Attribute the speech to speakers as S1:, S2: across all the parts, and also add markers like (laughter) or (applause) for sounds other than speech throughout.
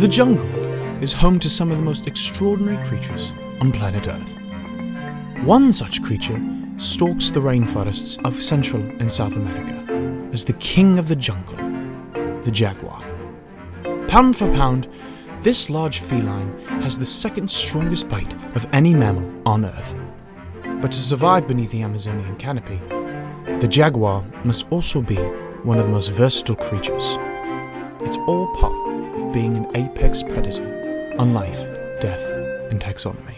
S1: The jungle is home to some of the most extraordinary creatures on planet Earth. One such creature stalks the rainforests of Central and South America as the king of the jungle, the jaguar. Pound for pound, this large feline has the second strongest bite of any mammal on Earth. But to survive beneath the Amazonian canopy, the jaguar must also be one of the most versatile creatures. It's all part of being an apex predator on life, death, and taxonomy.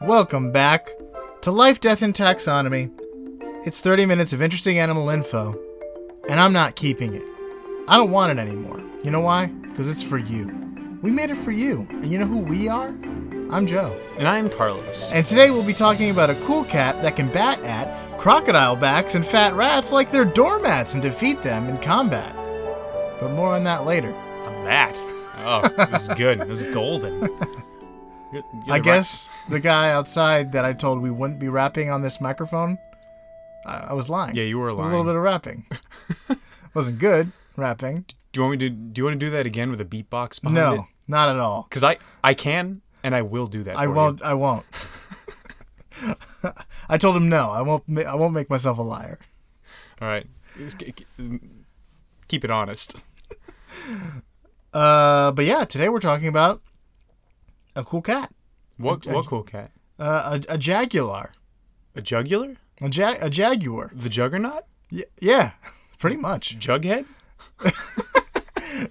S2: Welcome back to Life, Death, and Taxonomy. It's 30 minutes of interesting animal info, and I'm not keeping it. I don't want it anymore. You know why? Because it's for you. We made it for you, and you know who we are? I'm Joe.
S1: And I'm Carlos.
S2: And today we'll be talking about a cool cat that can bat at crocodile backs and fat rats like they're doormats and defeat them in combat. But more on that later.
S3: On that. Oh, this is good. This is
S2: (laughs)
S3: golden. You're- you're
S2: I
S3: right.
S2: guess (laughs) the guy outside that I told we wouldn't be rapping on this microphone, I, I was lying.
S3: Yeah, you were
S2: It was A little
S3: lying.
S2: bit of rapping.
S3: (laughs)
S2: Wasn't good rapping.
S3: Do you want me to? Do you want to do that again with a beatbox behind
S2: No, not at all.
S3: Because I I can and I will do that.
S2: I
S3: for you.
S2: won't. I won't.
S3: (laughs)
S2: I told him no. I won't. ma- I won't make myself a liar.
S3: All right. Just k- k- Keep it honest.
S2: Uh, but yeah, today we're talking about a cool cat,
S3: What what cool cat?
S2: uh, a, a jaguar,
S3: A jugular?
S2: a, ja- a jaguar.
S3: The juggernaut?
S2: Y- yeah, (laughs) pretty much.
S3: Jughead?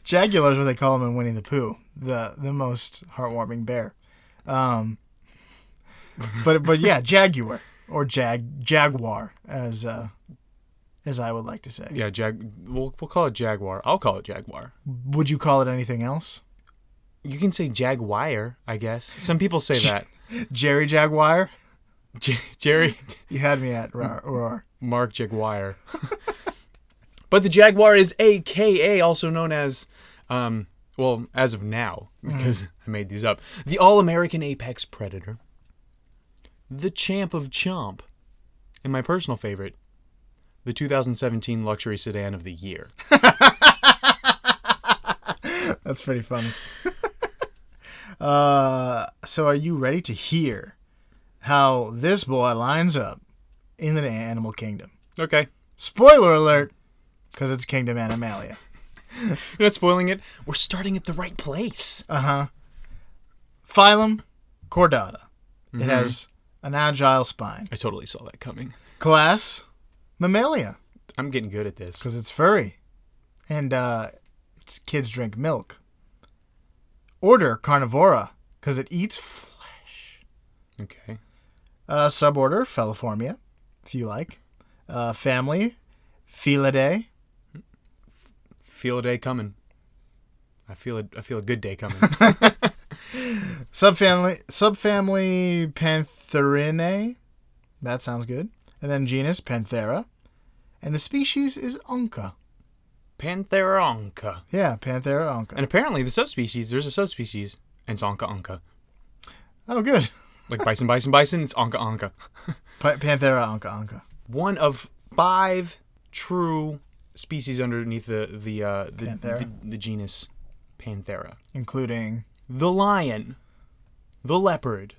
S2: Jaguar is what they call him in Winnie the Pooh, the the most heartwarming bear.
S3: (laughs)
S2: Um, but but yeah, jaguar or jag jaguar as uh, as I would like to say.
S3: Yeah, jag. We'll, we'll call it jaguar. I'll call it jaguar.
S2: Would you call it anything else?
S3: You can say jaguar, I guess. Some people say that.
S2: Jerry Jaguar.
S3: (laughs) J- Jerry,
S2: You had me at roar. roar.
S3: Mark Jaguar. (laughs) but the jaguar is AKA, also known as, um, well, as of now, because I made these up, the all American apex predator, the champ of chomp, and my personal favorite, the 2017 luxury sedan of the year.
S2: That's pretty funny. uh, so, are you ready to hear how this boy lines up in the animal kingdom?
S3: Okay.
S2: Spoiler alert, because it's Kingdom Animalia.
S3: You're not spoiling it. We're starting at the right place.
S2: Uh huh. Phylum Chordata. It has an agile spine.
S3: I totally saw that coming.
S2: Class Mammalia,
S3: I'm getting good at this.
S2: because it's furry, and uh, its kids drink milk. Order Carnivora, because it eats flesh.
S3: Okay.
S2: Uh, suborder, Feliformia, if you like. Uh, family, Felidae.
S3: Feel a day coming. I feel a, I feel a good day coming.
S2: Subfamily, subfamily Pantherinae. That sounds good. And then genus, Panthera. And the species is Onca.
S3: Pantheronca.
S2: Yeah, Panthera Onca.
S3: And apparently, the subspecies, there's a subspecies, and it's Anka Anka.
S2: oh, good. (laughs)
S3: Like bison, bison, bison, it's Anka Anka.
S2: Pa- Panthera Onca Onca.
S3: One of five true species underneath the the uh, the,
S2: Panthera.
S3: the, the genus Panthera.
S2: Including.
S3: The lion, the leopard,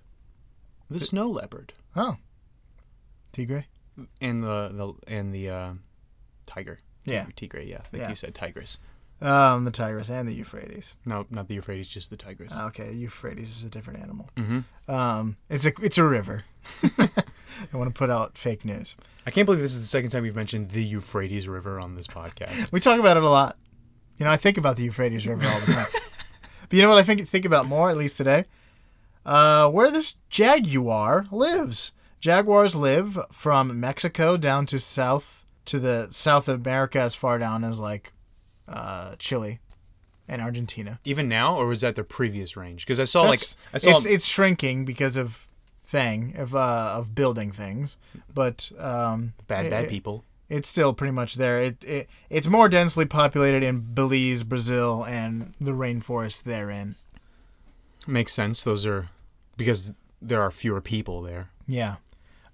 S3: the snow leopard,
S2: Oh. Tigre?
S3: and the, the and the uh, tiger.
S2: Yeah.
S3: Tigre, yeah. Like
S2: Yeah.
S3: you said, tigress.
S2: Um, the Tigris and the Euphrates.
S3: No, not the Euphrates, just the tigress.
S2: Okay, Euphrates is a different animal.
S3: Mhm.
S2: Um, it's a it's a river. (laughs) I want to put out fake news.
S3: I can't believe this is the second time you've mentioned the Euphrates River on this podcast.
S2: We talk about it a lot. You know, I think about the Euphrates River all the time. but you know what I think think about more, at least today? Uh, where this jaguar lives. Jaguars live from Mexico down to South to the South America as far down as like uh, Chile and Argentina.
S3: Even now, or was that the previous range? Because I saw
S2: That's-
S3: Oh, like I saw
S2: it's it's shrinking because of thing of uh, of building things, but um,
S3: bad
S2: it-
S3: bad
S2: it-
S3: people.
S2: it's still pretty much there. It, it it's more densely populated in Belize, Brazil, and the rainforest therein.
S3: Makes sense. Those are because there are fewer people there.
S2: Yeah.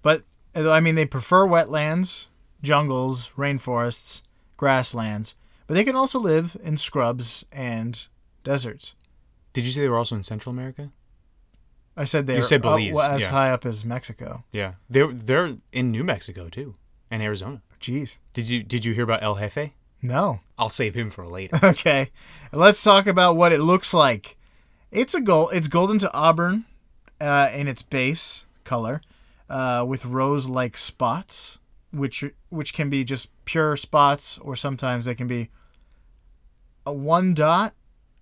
S2: But uh, I mean they prefer wetlands, jungles, rainforests, grasslands, but they can also live in scrubs and deserts.
S3: Did you say they were also in Central America?
S2: I said they're
S3: You said
S2: up-
S3: Belize,
S2: well, as
S3: yeah.
S2: high up as Mexico.
S3: Yeah, they're they're in New Mexico too, and Arizona.
S2: Jeez.
S3: Did you did you hear about El Jefe?
S2: No.
S3: I'll save him for
S2: (laughs)
S3: later.
S2: Okay. Let's talk about what it looks like. It's a gold. It's golden to auburn uh, in its base color, uh, with rose-like spots, which which can be just pure spots, or sometimes they can be a one dot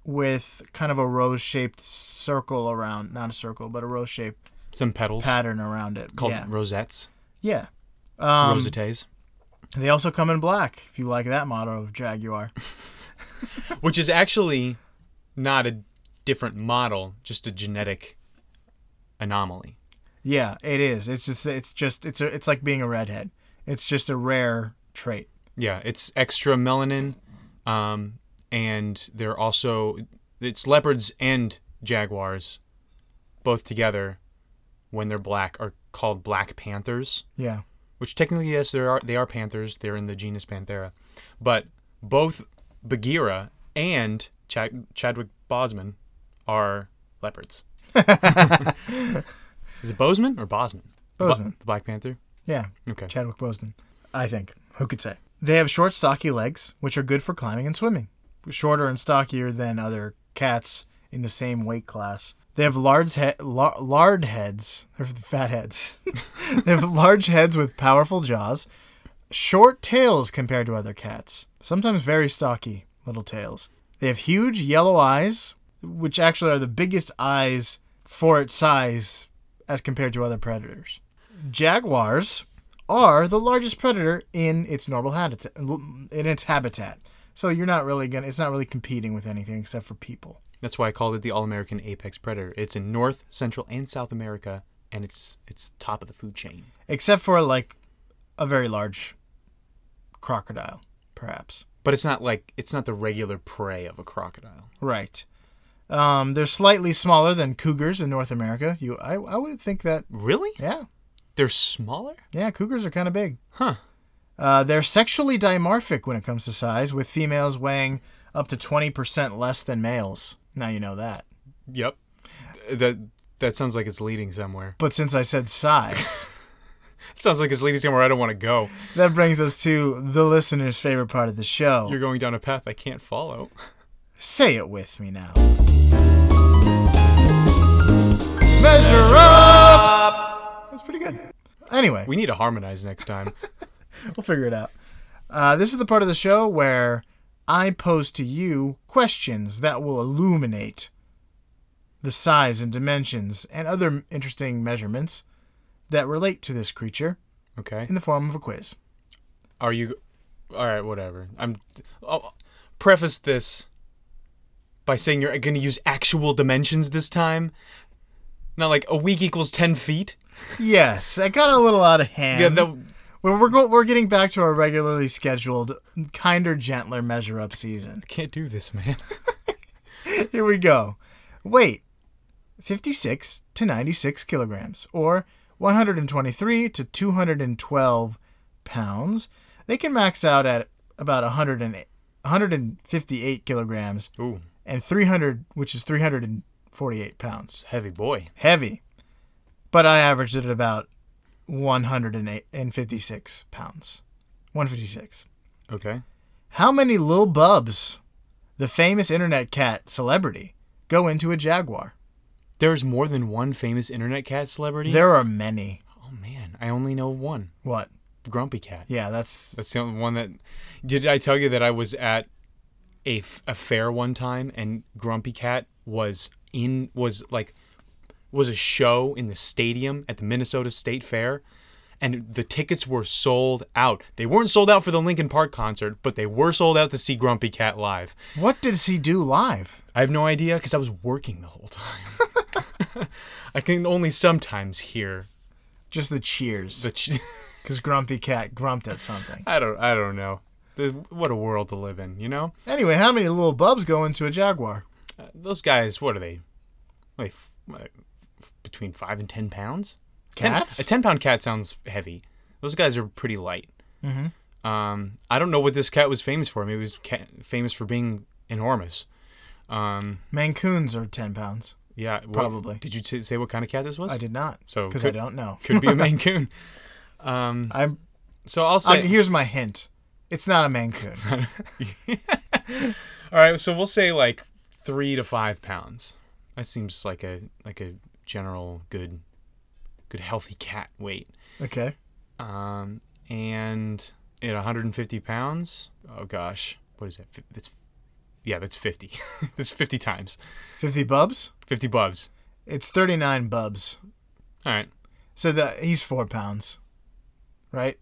S2: with kind of a rose-shaped circle around, not a circle, but a rose-shaped
S3: Some petals
S2: pattern around it.
S3: called
S2: yeah.
S3: rosettes,
S2: yeah. Um,
S3: rosettes,
S2: they also come in black, if you like that motto of Jaguar.
S3: which is actually not a different model, just a genetic anomaly.
S2: Yeah, it is. It's just it's just it's a, it's like being a redhead. It's just a rare trait.
S3: Yeah, it's extra melanin, um, and they're also it's leopards and jaguars, both together, when they're black are called black panthers.
S2: Yeah.
S3: which technically yes there are they are panthers they're in the genus panthera but both bagheera and Chad, chadwick bosman are leopards is it bozeman or bosman The Bo-
S2: Bozeman.
S3: the black panther
S2: Yeah.
S3: okay
S2: Chadwick Boseman, I think. Who could say? They have short stocky legs, which are good for climbing and swimming. Shorter and stockier than other cats in the same weight class. They have large he- lar- lard heads. They're fat heads. (laughs) they have large heads with powerful jaws, short tails compared to other cats. Sometimes very stocky little tails. They have huge yellow eyes, which actually are the biggest eyes for its size as compared to other predators. Jaguars are the largest predator in its normal habitat. In its habitat, so you're not really gonna. It's not really competing with anything except for people.
S3: that's why i called it the all-american apex predator it's in north central and south america and it's it's top of the food chain
S2: Except for like a very large crocodile, perhaps.
S3: but it's not like it's not the regular prey of a crocodile
S2: Right. Um, they're slightly smaller than cougars in North America. You, I, I would think that.
S3: really
S2: Yeah,
S3: they're smaller
S2: yeah, cougars are kind of big.
S3: huh
S2: Uh, they're sexually dimorphic when it comes to size, with females weighing up to twenty percent less than males. Now you know that.
S3: yep Th- that that sounds like it's leading somewhere
S2: But since I said size.
S3: Sounds like it's leading somewhere I don't want to go.
S2: That brings us to the listener's favorite part of the show.
S3: You're going down a path I can't follow.
S2: Say it with me now. Measure up! That's pretty good. Anyway,
S3: We need to harmonize next time.
S2: we'll figure it out. Uh, this is the part of the show where I pose to you questions that will illuminate the size and dimensions and other interesting measurements that relate to this creature
S3: Okay.
S2: in the form of a quiz.
S3: Are you All right, whatever. I'm I'll preface this by saying you're going to use actual dimensions this time. Not like a week equals 10 feet.
S2: Yes, I got a little out of hand.
S3: Yeah, that,
S2: We're we're, go- we're getting back to our regularly scheduled, kinder, gentler measure up season.
S3: I can't do this, man. (laughs)
S2: Here we go. Weight: 56 to 96 kilograms, or 123 to 212 pounds. They can max out at about 100 and, 158 kilograms
S3: Ooh,
S2: and 300, which is 348 pounds.
S3: heavy boy.
S2: Heavy, but I averaged it at about 156 pounds. 156.
S3: Okay.
S2: How many Lil Bubs, the famous internet cat celebrity, go into a Jaguar?
S3: There's more than one famous internet cat celebrity.
S2: There are many.
S3: oh man, I only know one.
S2: What?
S3: Grumpy Cat.
S2: Yeah, that's.
S3: That's the only one that. Did I tell you that I was at a, f- a fair one time and Grumpy Cat was in was like was a show in the stadium at the Minnesota State Fair, and the tickets were sold out. They weren't sold out for the Lincoln Park concert, but they were sold out to see Grumpy Cat live.
S2: What does he do live?
S3: I have no idea because I was working the whole time. (laughs) I can only sometimes hear
S2: Just the cheers.
S3: the. Ch- (laughs)
S2: Because Grumpy Cat grumped at something.
S3: I don't. I don't know. The, what a world to live in, you know.
S2: Anyway, how many Lil Bubs go into a Jaguar?
S3: those guys, what are they? like f- like, f- between five and ten pounds. Ten-
S2: Cats?
S3: a ten pound cat sounds heavy. Those guys are pretty light. Mm-hmm. Um, I don't know what this cat was famous for. Maybe it was ca famous for being enormous. Um,
S2: Mancoons are 10 pounds.
S3: yeah, what-
S2: Probably.
S3: Did you t- say what kind of cat this was?
S2: I did not.
S3: So
S2: because I
S3: could-
S2: don't know.
S3: Could be a Maine Coon. Um,
S2: I'm.
S3: so I'll
S2: I,
S3: say.
S2: here's my hint. It's not a mancoon.
S3: (laughs) all right, so we'll say like three to five pounds. That seems like a like a general good, good healthy cat weight.
S2: Okay.
S3: Um, and at 150 pounds, oh gosh, what is that? Fi- That's yeah, that's 50. (laughs) that's 50 times
S2: 50 bubs.
S3: 50 bubs.
S2: It's 39 bubs.
S3: All right,
S2: So the he's four pounds, right?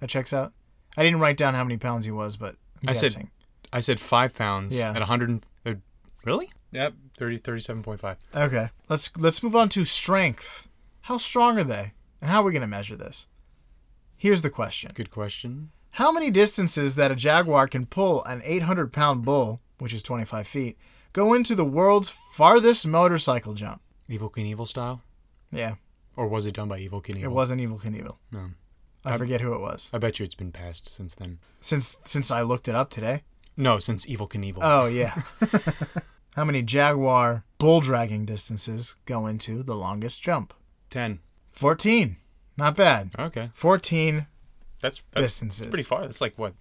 S2: That checks out. I didn't write down how many pounds he was, but I'm
S3: I said-
S2: guessing.
S3: I said five pounds
S2: Yeah.
S3: at 100. and- uh, Really? Yep, 30, 37.5.
S2: Okay. Let's let's move on to strength. How strong are they, and how are we going to measure this? Here's the question:
S3: Good question.
S2: How many distances that a jaguar can pull an 800 pound bull, which is 25 feet, go into the world's farthest motorcycle jump?
S3: Evil Knievel style?
S2: Yeah,
S3: Or was it done by Evil Knievel?
S2: it wasn't Evil Knievel.
S3: No.
S2: I forget who it was
S3: I bet you it's been passed since then.
S2: since since I looked it up today.
S3: No, since Evil Knievel.
S2: Oh yeah. (laughs) How many jaguar bull dragging distances go into the longest jump?
S3: 10.
S2: 14. Not bad.
S3: Okay.
S2: 14
S3: That's, that's
S2: distances.
S3: pretty far. That's like, what,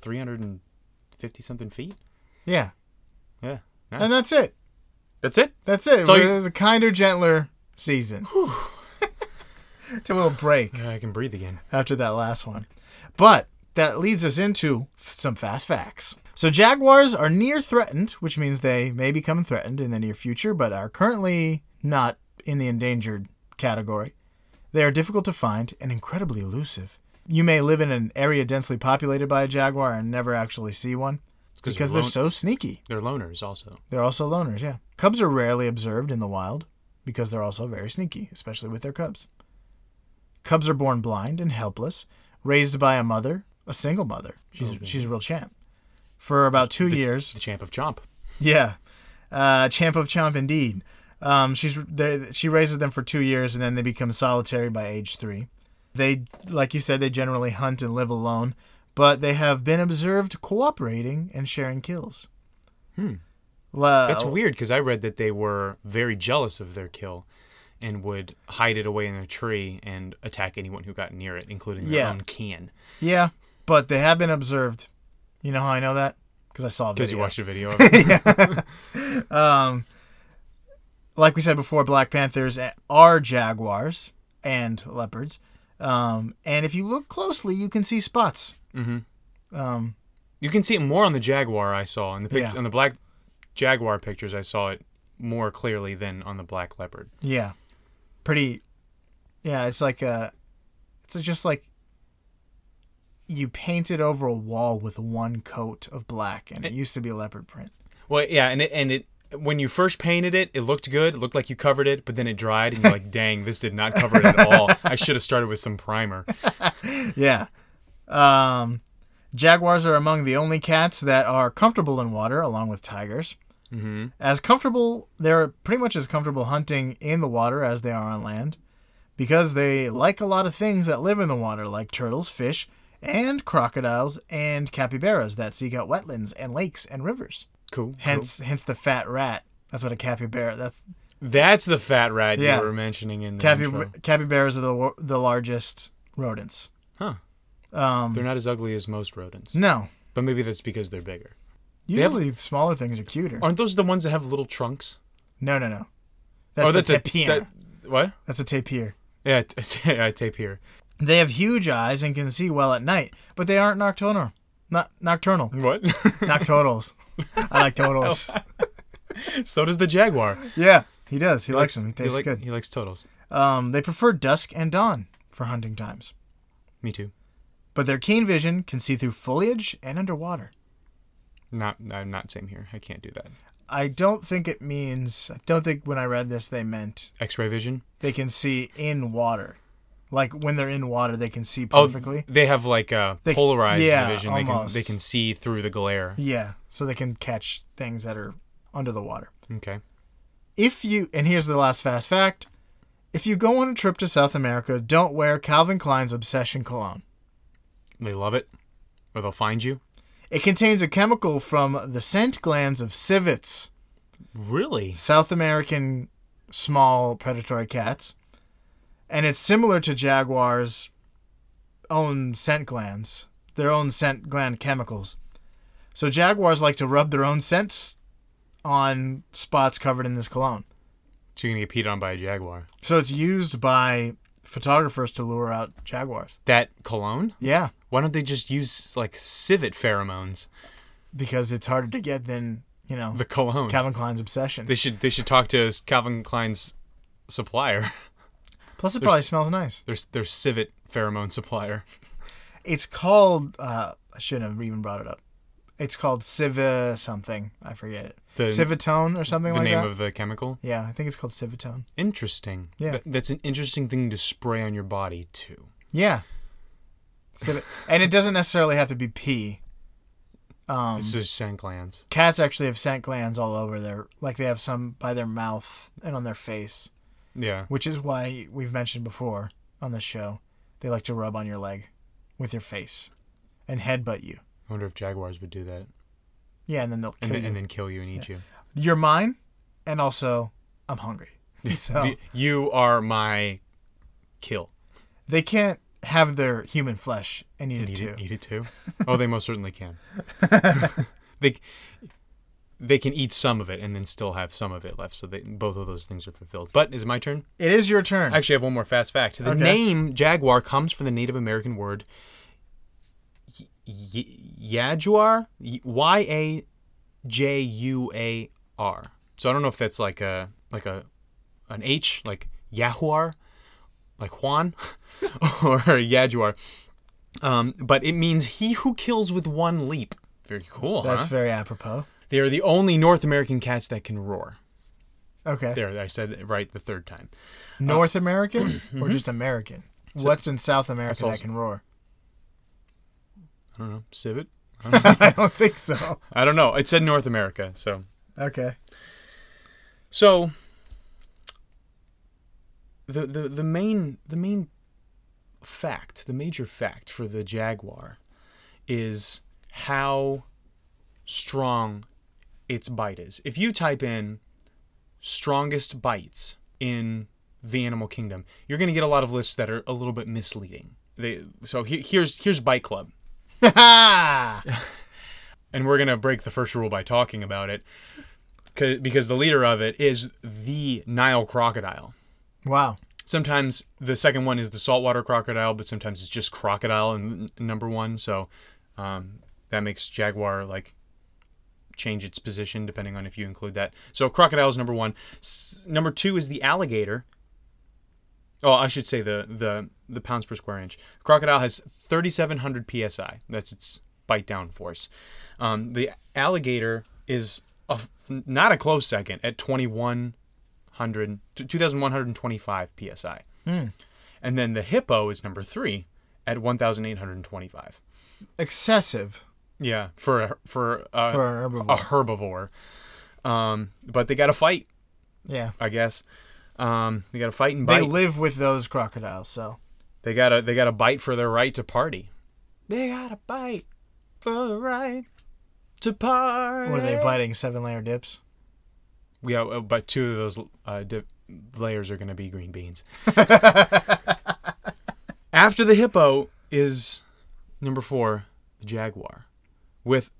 S3: 350 something feet?
S2: Yeah.
S3: Yeah. Nice.
S2: And that's it.
S3: that's it?
S2: That's it.
S3: So
S2: We're-
S3: you-
S2: It was a kinder, gentler season. (laughs) It's a little break.
S3: Yeah, I can breathe again.
S2: after that last one. But that leads us into f- some fast facts. So jaguars are near threatened, which means they may become threatened in the near future, but are currently not in the endangered category. They are difficult to find and incredibly elusive. You may live in an area densely populated by a jaguar and never actually see one because they're
S3: lone-
S2: so sneaky.
S3: they're loners also.
S2: They're also loners, yeah. Cubs are rarely observed in the wild because they're also very sneaky, especially with their cubs. Cubs are born blind and helpless, raised by a mother, a single mother. She's she's a real champ. For about two years,
S3: The champ of chomp.
S2: yeah, uh, champ of chomp indeed. Um, she's there. She raises them for two years, and then they become solitary by age three. They, like you said, they generally hunt and live alone, but they have been observed cooperating and sharing kills. Hmm.
S3: That's weird because I read that they were very jealous of their kill and would hide it away in a tree and attack anyone who got near it, including their
S2: Yeah.
S3: own can.
S2: Yeah, but they have been observed. You know how I know that? Because I saw a
S3: Because
S2: video.
S3: you watched a video
S2: (laughs)
S3: of it.
S2: Like we said before, Black Panthers are jaguars and leopards. Um, and if you look closely, you can see spots.
S3: You can see it more on the Jaguar I saw in the pic-
S2: Yeah.
S3: on the black Jaguar pictures. I saw it more clearly than on the black leopard.
S2: Yeah, pretty. Yeah, it's like a. It's just like you painted over a wall with one coat of black, and it used to be leopard print.
S3: Well, yeah, and it and it when you first painted it, it looked good. It looked like you covered it, but then it dried, and you're like, "Dang, this did not cover it at
S2: (laughs)
S3: all. I should have started with some primer."
S2: Yeah. Um, jaguars are among the only cats that are comfortable in water, along with tigers. Mm-hmm. As comfortable, they're pretty much as comfortable hunting in the water as they are on land, because they like a lot of things that live in the water, like turtles, fish, and crocodiles, and capybaras that seek out wetlands and lakes and rivers.
S3: Cool.
S2: Hence, hence the fat rat. That's what a capybara. That's
S3: That's the fat rat
S2: Yeah.
S3: you were mentioning in the intro.
S2: capy- capybaras are the wa- the largest rodents.
S3: Huh?
S2: Um,
S3: They're not as ugly as most rodents,
S2: no,
S3: but maybe that's because they're bigger. have-
S2: usually smaller things are cuter.
S3: Aren't those the ones that have little trunks? Oh,
S2: No, no, no. That's, a tapir.
S3: that- what?
S2: that's a tapir.
S3: Yeah, t- (laughs) yeah, tapir.
S2: They have huge eyes and can see well at night, but they aren't nocturnal. Not (laughs) nocturnal.
S3: What? (laughs)
S2: Noctotals. I like (laughs) totals.
S3: so does the jaguar.
S2: Yeah, he does. He, likes them. He tastes
S3: like-
S2: good.
S3: He likes totals.
S2: Um, they prefer dusk and dawn for hunting times,
S3: Me too.
S2: but their keen vision can see through foliage and underwater.
S3: Not, I'm not same here. I can't do that.
S2: I don't think it means. I don't think when I read this they meant
S3: X-ray vision.
S2: they can see in water, like when they're in water they can see perfectly.
S3: they have like a
S2: They-
S3: polarized
S2: yeah,
S3: vision.
S2: almost.
S3: They can they can see through the glare.
S2: Yeah, so they can catch things that are under the water.
S3: Okay.
S2: If you, and here's the last fast fact if you go on a trip to South America, don't wear Calvin Klein's Obsession cologne.
S3: They love it, or they'll find you.
S2: It contains a chemical from the scent glands of civets,
S3: Really?
S2: South American small predatory cats, and it's similar to jaguars' own scent glands, their own scent gland chemicals. So jaguars like to rub their own scents on spots covered in this cologne.
S3: So you're gonna get peed on by a jaguar.
S2: So it's used by photographers to lure out jaguars.
S3: That cologne?
S2: Yeah,
S3: Why don't they just use like civet pheromones?
S2: because it's harder to get than, you know,
S3: The cologne.
S2: Calvin Klein's obsession.
S3: they should they should talk to Calvin Klein's supplier. (laughs)
S2: Plus, it probably
S3: there's-
S2: smells nice.
S3: Their their civet pheromone supplier.
S2: It's called, uh, I shouldn't have even brought it up. It's called Civa something. I forget it.
S3: The-
S2: Civitone or something
S3: The
S2: like
S3: name
S2: that.
S3: of the chemical.
S2: yeah, I think it's called Civitone.
S3: Interesting.
S2: Yeah. Mm.
S3: Th- that's an interesting thing to spray on your body too.
S2: Yeah. Civi- and it doesn't necessarily have to be pee. Um,
S3: It's just scent glands.
S2: cats actually have scent glands all over their, like they have some by their mouth and on their face.
S3: Yeah.
S2: which is why we've mentioned before on the show they like to rub on your leg with your face and headbutt you.
S3: I wonder if jaguars would do that
S2: Yeah, and then they'll
S3: and
S2: kill
S3: then,
S2: you.
S3: and then kill you and eat you.
S2: You're mine, and also I'm hungry. (laughs) So
S3: The- you are my kill.
S2: they can't have their human flesh and eat
S3: And
S2: it
S3: eat
S2: too.
S3: it, eat it too. Oh, they most certainly can. (laughs) they they can eat some of it and then still have some of it left. So they, both of those things are fulfilled. But is it my turn?
S2: It is your turn.
S3: I actually have one more fast fact. The
S2: Okay.
S3: name jaguar comes from the Native American word y- y- yajuar, y a j u a r. So I don't know if that's like a like a an h like yahuar, like Juan, (laughs) or yajuar. Um, but it means he who kills with one leap. Very cool.
S2: That's
S3: huh?
S2: very apropos.
S3: they are the only North American cats that can roar.
S2: Okay.
S3: There, uh, I said it right the third time.
S2: North
S3: (clears throat)
S2: American or just American? What's in South America that
S3: Mm-hmm. also-
S2: can roar? (laughs)
S3: I don't know. Civet.
S2: I don't think so.
S3: I don't know. It said North America, so
S2: Okay. (laughs)
S3: So the, the the main the main fact, the major fact for the jaguar is how strong its bite is. If you type in strongest bites in the animal kingdom, you're going to get a lot of lists that are a little bit misleading. They so he, here's here's Bite Club and we're going to break the first rule by talking about it 'cause- because the leader of it is the Nile crocodile.
S2: wow.
S3: Sometimes the second one is the saltwater crocodile, but sometimes it's just crocodile and n- number one. So um, that makes jaguar like change its position depending on if you include that. So crocodile is number one. S- number two is the alligator. Oh, I should say the the the pounds per square inch. Crocodile has 3,700 psi. That's its bite down force. Um, the alligator is a f not a close second at 2,100 t- 2,125 psi. And then the hippo is number three at 1,825.
S2: Excessive
S3: Yeah, for a, for a,
S2: for an herbivore.
S3: a herbivore. Um, but they got to fight,
S2: yeah.
S3: I guess. Um, they got to fight and
S2: They
S3: bite.
S2: live with those crocodiles, so
S3: They gotta they gotta bite for their right to party. They gotta bite for the right to party.
S2: What are they biting? Seven layer dips.
S3: Yeah, uh, but two of those uh, dip layers are gonna be green beans. After the hippo is number four, the jaguar, with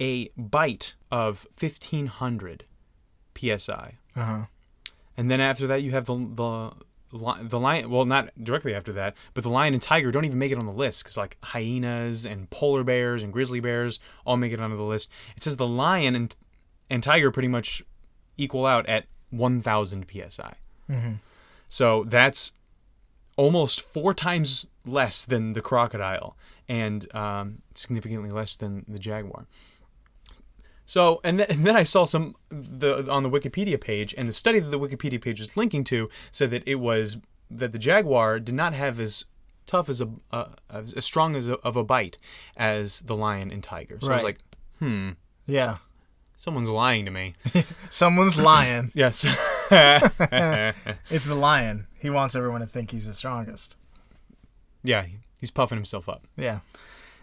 S3: a bite of fifteen hundred psi.
S2: Uh huh.
S3: And then after that, you have the the li- the lion. Well, not directly after that, but the lion and tiger don't even make it on the list because like hyenas and polar bears and grizzly bears all make it onto the list. It says the lion and and tiger pretty much equal out at 1,000 psi. So that's almost four times less than the crocodile and um, significantly less than the jaguar. So, and then, and then I saw some the on the Wikipedia page, and the study that the Wikipedia page was linking to said that it was that the jaguar did not have as tough as a uh, as as strong as a, of a bite as the lion and tiger. So I was
S2: Right.
S3: like,
S2: Yeah.
S3: someone's lying to me.
S2: Someone's lying.
S3: (laughs)
S2: (laughs)
S3: Yes.
S2: It's the lion. He wants everyone to think he's the strongest.
S3: yeah, he's puffing himself up
S2: Yeah.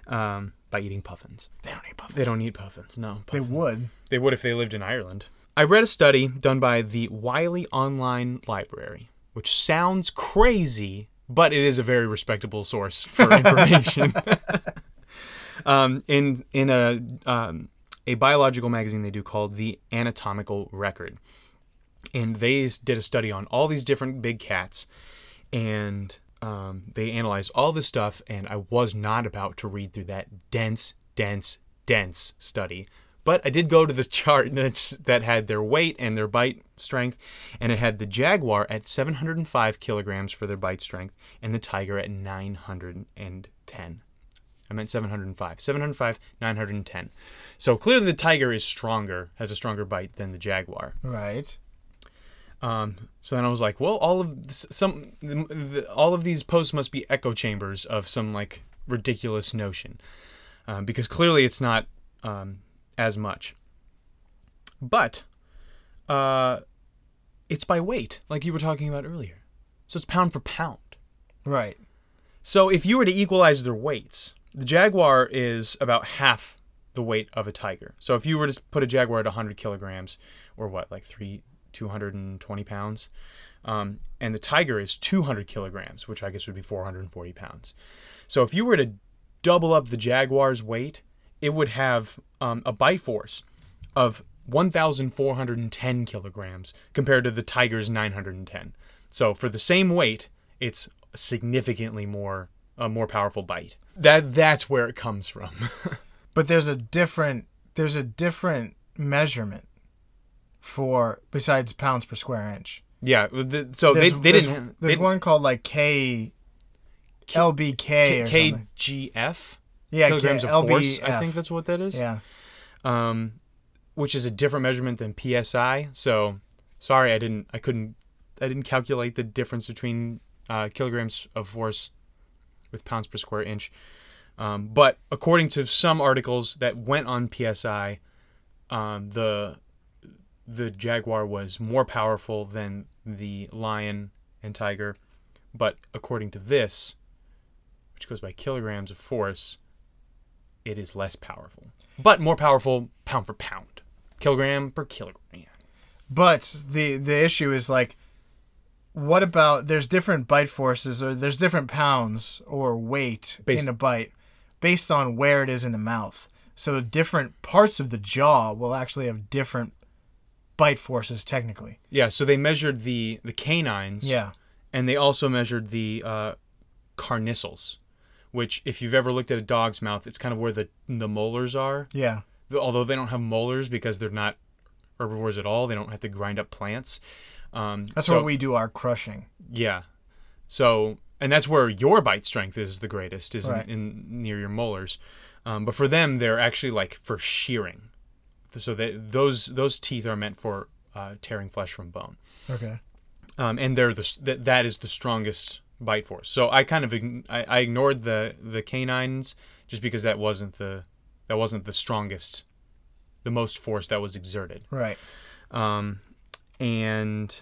S3: um, by eating puffins.
S2: They don't eat puffins.
S3: They don't eat puffins. No,
S2: They
S3: puffins.
S2: would.
S3: They would if they lived in Ireland. I read a study done by the Wiley Online Library, which sounds crazy, but it is a very respectable source (laughs) for information. um, in in a um, a biological magazine they do called the Anatomical Record, and they s- did a study on all these different big cats, and um, they analyzed all this stuff. And I was not about to read through that dense, dense, dense study, but I did go to the (laughs) chart that's, that had their weight and their bite strength, and it had the jaguar at 705 kilograms for their bite strength, and the tiger at 910. I meant 705. 705, 910. So clearly the tiger is stronger, has a stronger bite than the jaguar.
S2: Right.
S3: Um, so then I was like, well, all of this, some, the, the, all of these posts must be echo chambers of some like ridiculous notion, um, because clearly it's not um, as much. But uh, it's by weight, like you were talking about earlier. So it's pound for pound.
S2: Right.
S3: So if you were to equalize their weights, the jaguar is about half the weight of a tiger. So if you were to put a jaguar at 100 kilograms, or what, like three, 220 pounds, um, and the tiger is 200 kilograms, which I guess would be 440 pounds. So if you were to double up the jaguar's weight, it would have um, a bite force of 1,410 kilograms compared to the tiger's 910. So for the same weight, it's significantly more a more powerful bite. That that's where it comes from. (laughs)
S2: But there's a different there's a different measurement for besides pounds per square inch.
S3: yeah. The, so
S2: There's,
S3: they, they
S2: there's,
S3: didn't.
S2: There's
S3: they,
S2: one called like K, LBK or something.
S3: KGF
S2: Yeah,
S3: kilograms
S2: K,
S3: of force.
S2: LBF.
S3: I think that's what that is.
S2: Yeah.
S3: um, which is a different measurement than psi. So, sorry, I didn't, I couldn't, I didn't calculate the difference between uh, kilograms of force with pounds per square inch. Um, but according to some articles that went on psi, um, the the jaguar was more powerful than the lion and tiger. But according to this, which goes by kilograms of force, it is less powerful, but more powerful pound for pound, kilogram per kilogram.
S2: But the the issue is like what about there's different bite forces or there's different pounds or weight
S3: Based-
S2: in a bite based on where it is in the mouth. So different parts of the jaw will actually have different bite forces technically.
S3: Yeah, so they measured the the canines,
S2: Yeah.
S3: and they also measured the uh, carnissals, which if you've ever looked at a dog's mouth, it's kind of where the the molars are.
S2: Yeah.
S3: Although they don't have molars because they're not herbivores at all, they don't have to grind up plants. Um,
S2: That's
S3: so-
S2: where we do our crushing.
S3: Yeah. So, and that's where your bite strength is the greatest, is
S2: Right.
S3: in, in near your molars. Um, but for them, they're actually like for shearing. So that those those teeth are meant for uh, tearing flesh from bone,
S2: Okay.
S3: um, and they're the that that is the strongest bite force. So I kind of ign- I, I ignored the the canines just because that wasn't the that wasn't the strongest, the most force that was exerted
S2: Right.
S3: um, and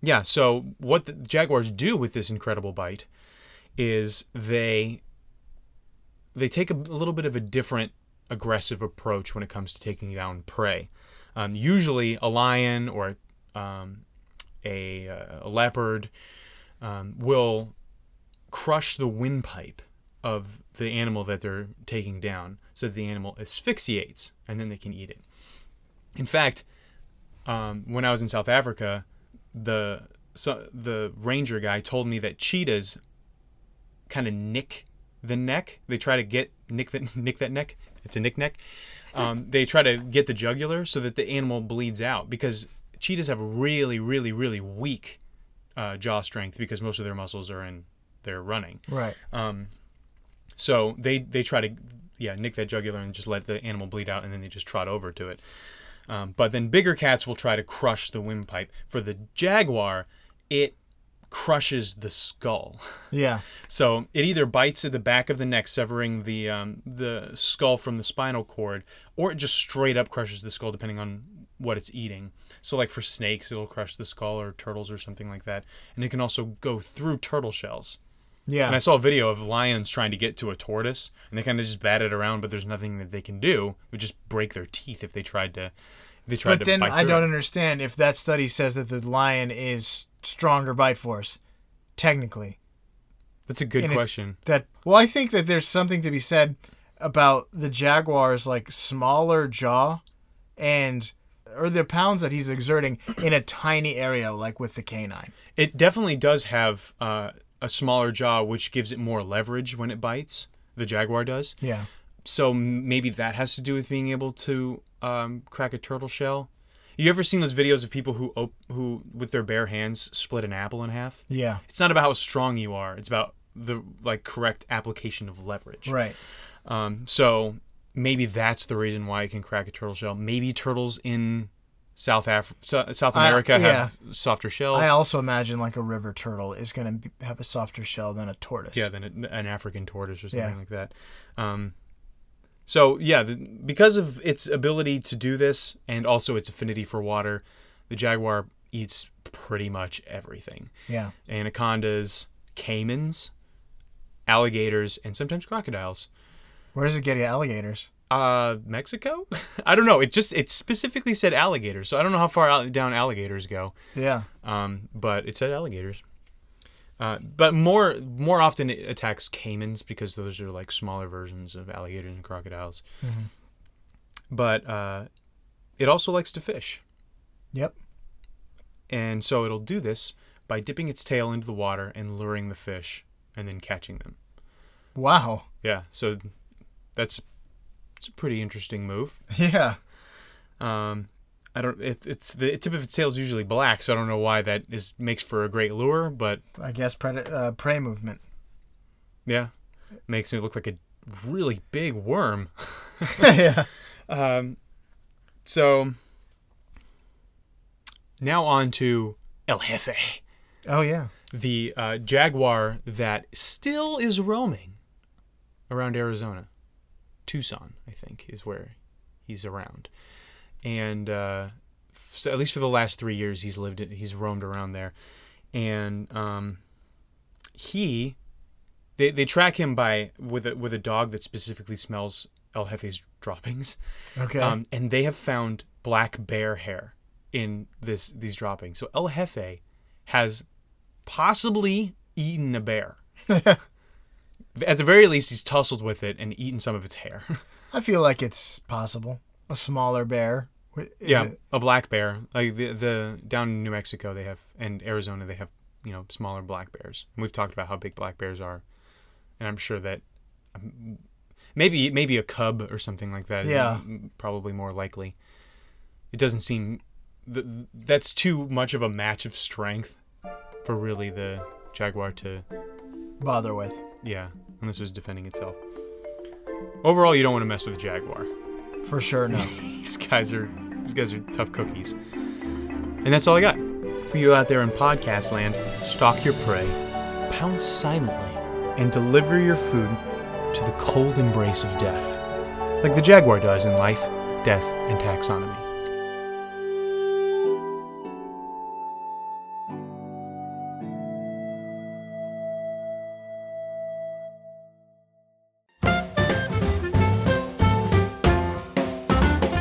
S3: yeah so what the jaguars do with this incredible bite is they they take a, little bit of a different aggressive approach when it comes to taking down prey um, usually a lion or um, a, uh, a leopard um, will crush the windpipe of the animal that they're taking down so that the animal asphyxiates and then they can eat it in fact, um, when I was in South Africa, the so, the ranger guy told me that cheetahs kind of nick the neck. They try to get nick that (laughs) nick that neck. It's a nick neck. Um, they try to get the jugular so that the animal bleeds out because cheetahs have really really really weak uh, jaw strength because most of their muscles are in their running.
S2: Right.
S3: Uh, So they they try to yeah nick that jugular and just let the animal bleed out, and then they just trot over to it. Um, but then bigger cats will try to crush the windpipe. For the jaguar, it crushes the skull. (laughs)
S2: Yeah.
S3: So it either bites at the back of the neck, severing the um, the skull from the spinal cord, or it just straight up crushes the skull, depending on what it's eating. So like for snakes, it'll crush the skull or turtles or something like that, and it can also go through turtle shells.
S2: Yeah.
S3: And I saw a video of lions trying to get to a tortoise, and they kind of just bat it around, but there's nothing that they can do. It would just break their teeth if they tried to. If they tried
S2: but
S3: to
S2: then
S3: bite
S2: I
S3: through
S2: don't
S3: it.
S2: understand if that study says that the lion is stronger bite force, technically.
S3: That's a good
S2: in a-
S3: question.
S2: That well, I think that there's something to be said about the jaguar's like smaller jaw, and or the pounds that he's exerting in a tiny area, like with the canine.
S3: It definitely does have uh, a smaller jaw, which gives it more leverage when it bites. The jaguar does.
S2: Yeah.
S3: So m- maybe that has to do with being able to um, crack a turtle shell. You ever seen those videos of people who op- who with their bare hands split an apple in half?
S2: Yeah.
S3: It's not about how strong you are. It's about the like correct application of leverage.
S2: Right.
S3: Um, so maybe that's the reason why it can crack a turtle shell. Maybe turtles in South Af- Sou- South
S2: I-
S3: America have softer shells.
S2: I also imagine like a river turtle is gonna be, have a softer shell than a tortoise.
S3: yeah, than a- an African tortoise or something
S2: Yeah.
S3: like that. Um, so yeah, the, because of its ability to do this and also its affinity for water, the jaguar eats pretty much everything:
S2: Yeah.
S3: anacondas, caimans, alligators, and sometimes crocodiles.
S2: Where does it get alligators?
S3: uh mexico (laughs) i don't know it just it specifically said alligators so i don't know how far out, down alligators go
S2: Yeah.
S3: um but it said alligators uh, but more more often it attacks caimans because those are like smaller versions of alligators and crocodiles but uh it also likes to fish
S2: Yep.
S3: and so it'll do this by dipping its tail into the water and luring the fish and then catching them
S2: Wow. (laughs)
S3: yeah so that's it's a pretty interesting move
S2: Yeah.
S3: Um, I don't. It, it's the tip of its tail is usually black, so I don't know why that is makes for a great lure, but
S2: I guess pred- uh,
S3: (laughs)
S2: prey movement. (laughs)
S3: yeah, makes it look like a really big worm.
S2: yeah.
S3: Um, so now on to El Jefe,
S2: Oh yeah.
S3: the uh, jaguar that still is roaming around Arizona, Tucson, I think, is where he's around, and uh, f- so at least for the last three years, he's lived, in, he's roamed around there, and um, he, they, they track him by with a, with a dog that specifically smells El Jefe's droppings,
S2: Okay.
S3: um, and they have found black bear hair in this these droppings. So El Jefe has possibly eaten a bear. At the very least, he's tussled with it and eaten some of its hair. (laughs)
S2: I feel like it's possible. A smaller bear. Wh- Is
S3: yeah,
S2: It?
S3: a black bear. Like the the down in New Mexico, they have and Arizona, they have you know smaller black bears. And we've talked about how big black bears are, and I'm sure that um, maybe maybe a cub or something like that. is
S2: Yeah.
S3: m- probably more likely. It doesn't seem th- that's too much of a match of strength for really the jaguar to
S2: Bother with.
S3: yeah. Unless it was defending itself. Overall, you don't want to mess with a jaguar
S2: For sure. No.
S3: these guys are these guys are tough cookies. And that's all I got. For you out there in podcast land, stalk your prey, pounce silently, and deliver your food to the cold embrace of death. Like the jaguar does in life, death, and taxonomy.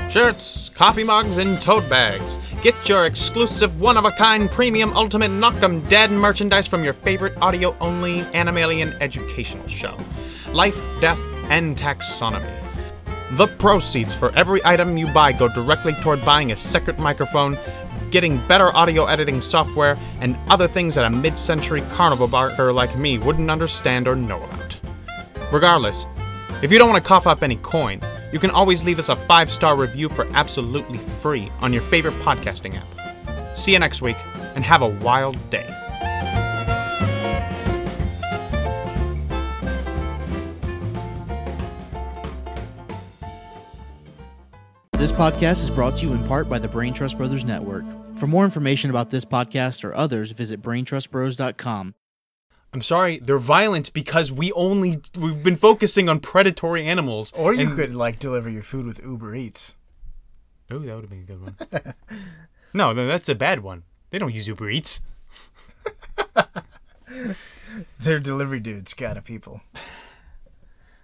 S3: Shirts, coffee mugs, and tote bags. Get your exclusive one of a kind premium ultimate knock 'em dead merchandise from your favorite audio only Animalian educational show Life, Death, and Taxonomy. The proceeds for every item you buy go directly toward buying a second microphone, getting better audio editing software, and other things that a mid century carnival barker like me wouldn't understand or know about. Regardless, if you don't want to cough up any coin, you can always leave us a five star review for absolutely free on your favorite podcasting app. See you next week, and have a wild day.
S4: This podcast is brought to you in part by the Brain Trust Brothers Network. For more information about this podcast or others, visit braintrustbros.com.
S3: I'm sorry, they're violent because we only we've been focusing on predatory animals.
S2: Or (laughs) you
S3: and-
S2: could like deliver your food with Uber Eats.
S3: Oh, that would have been a good one. (laughs) no, no, that's a bad one. They don't use Uber Eats.
S2: They're delivery dudes kind of people.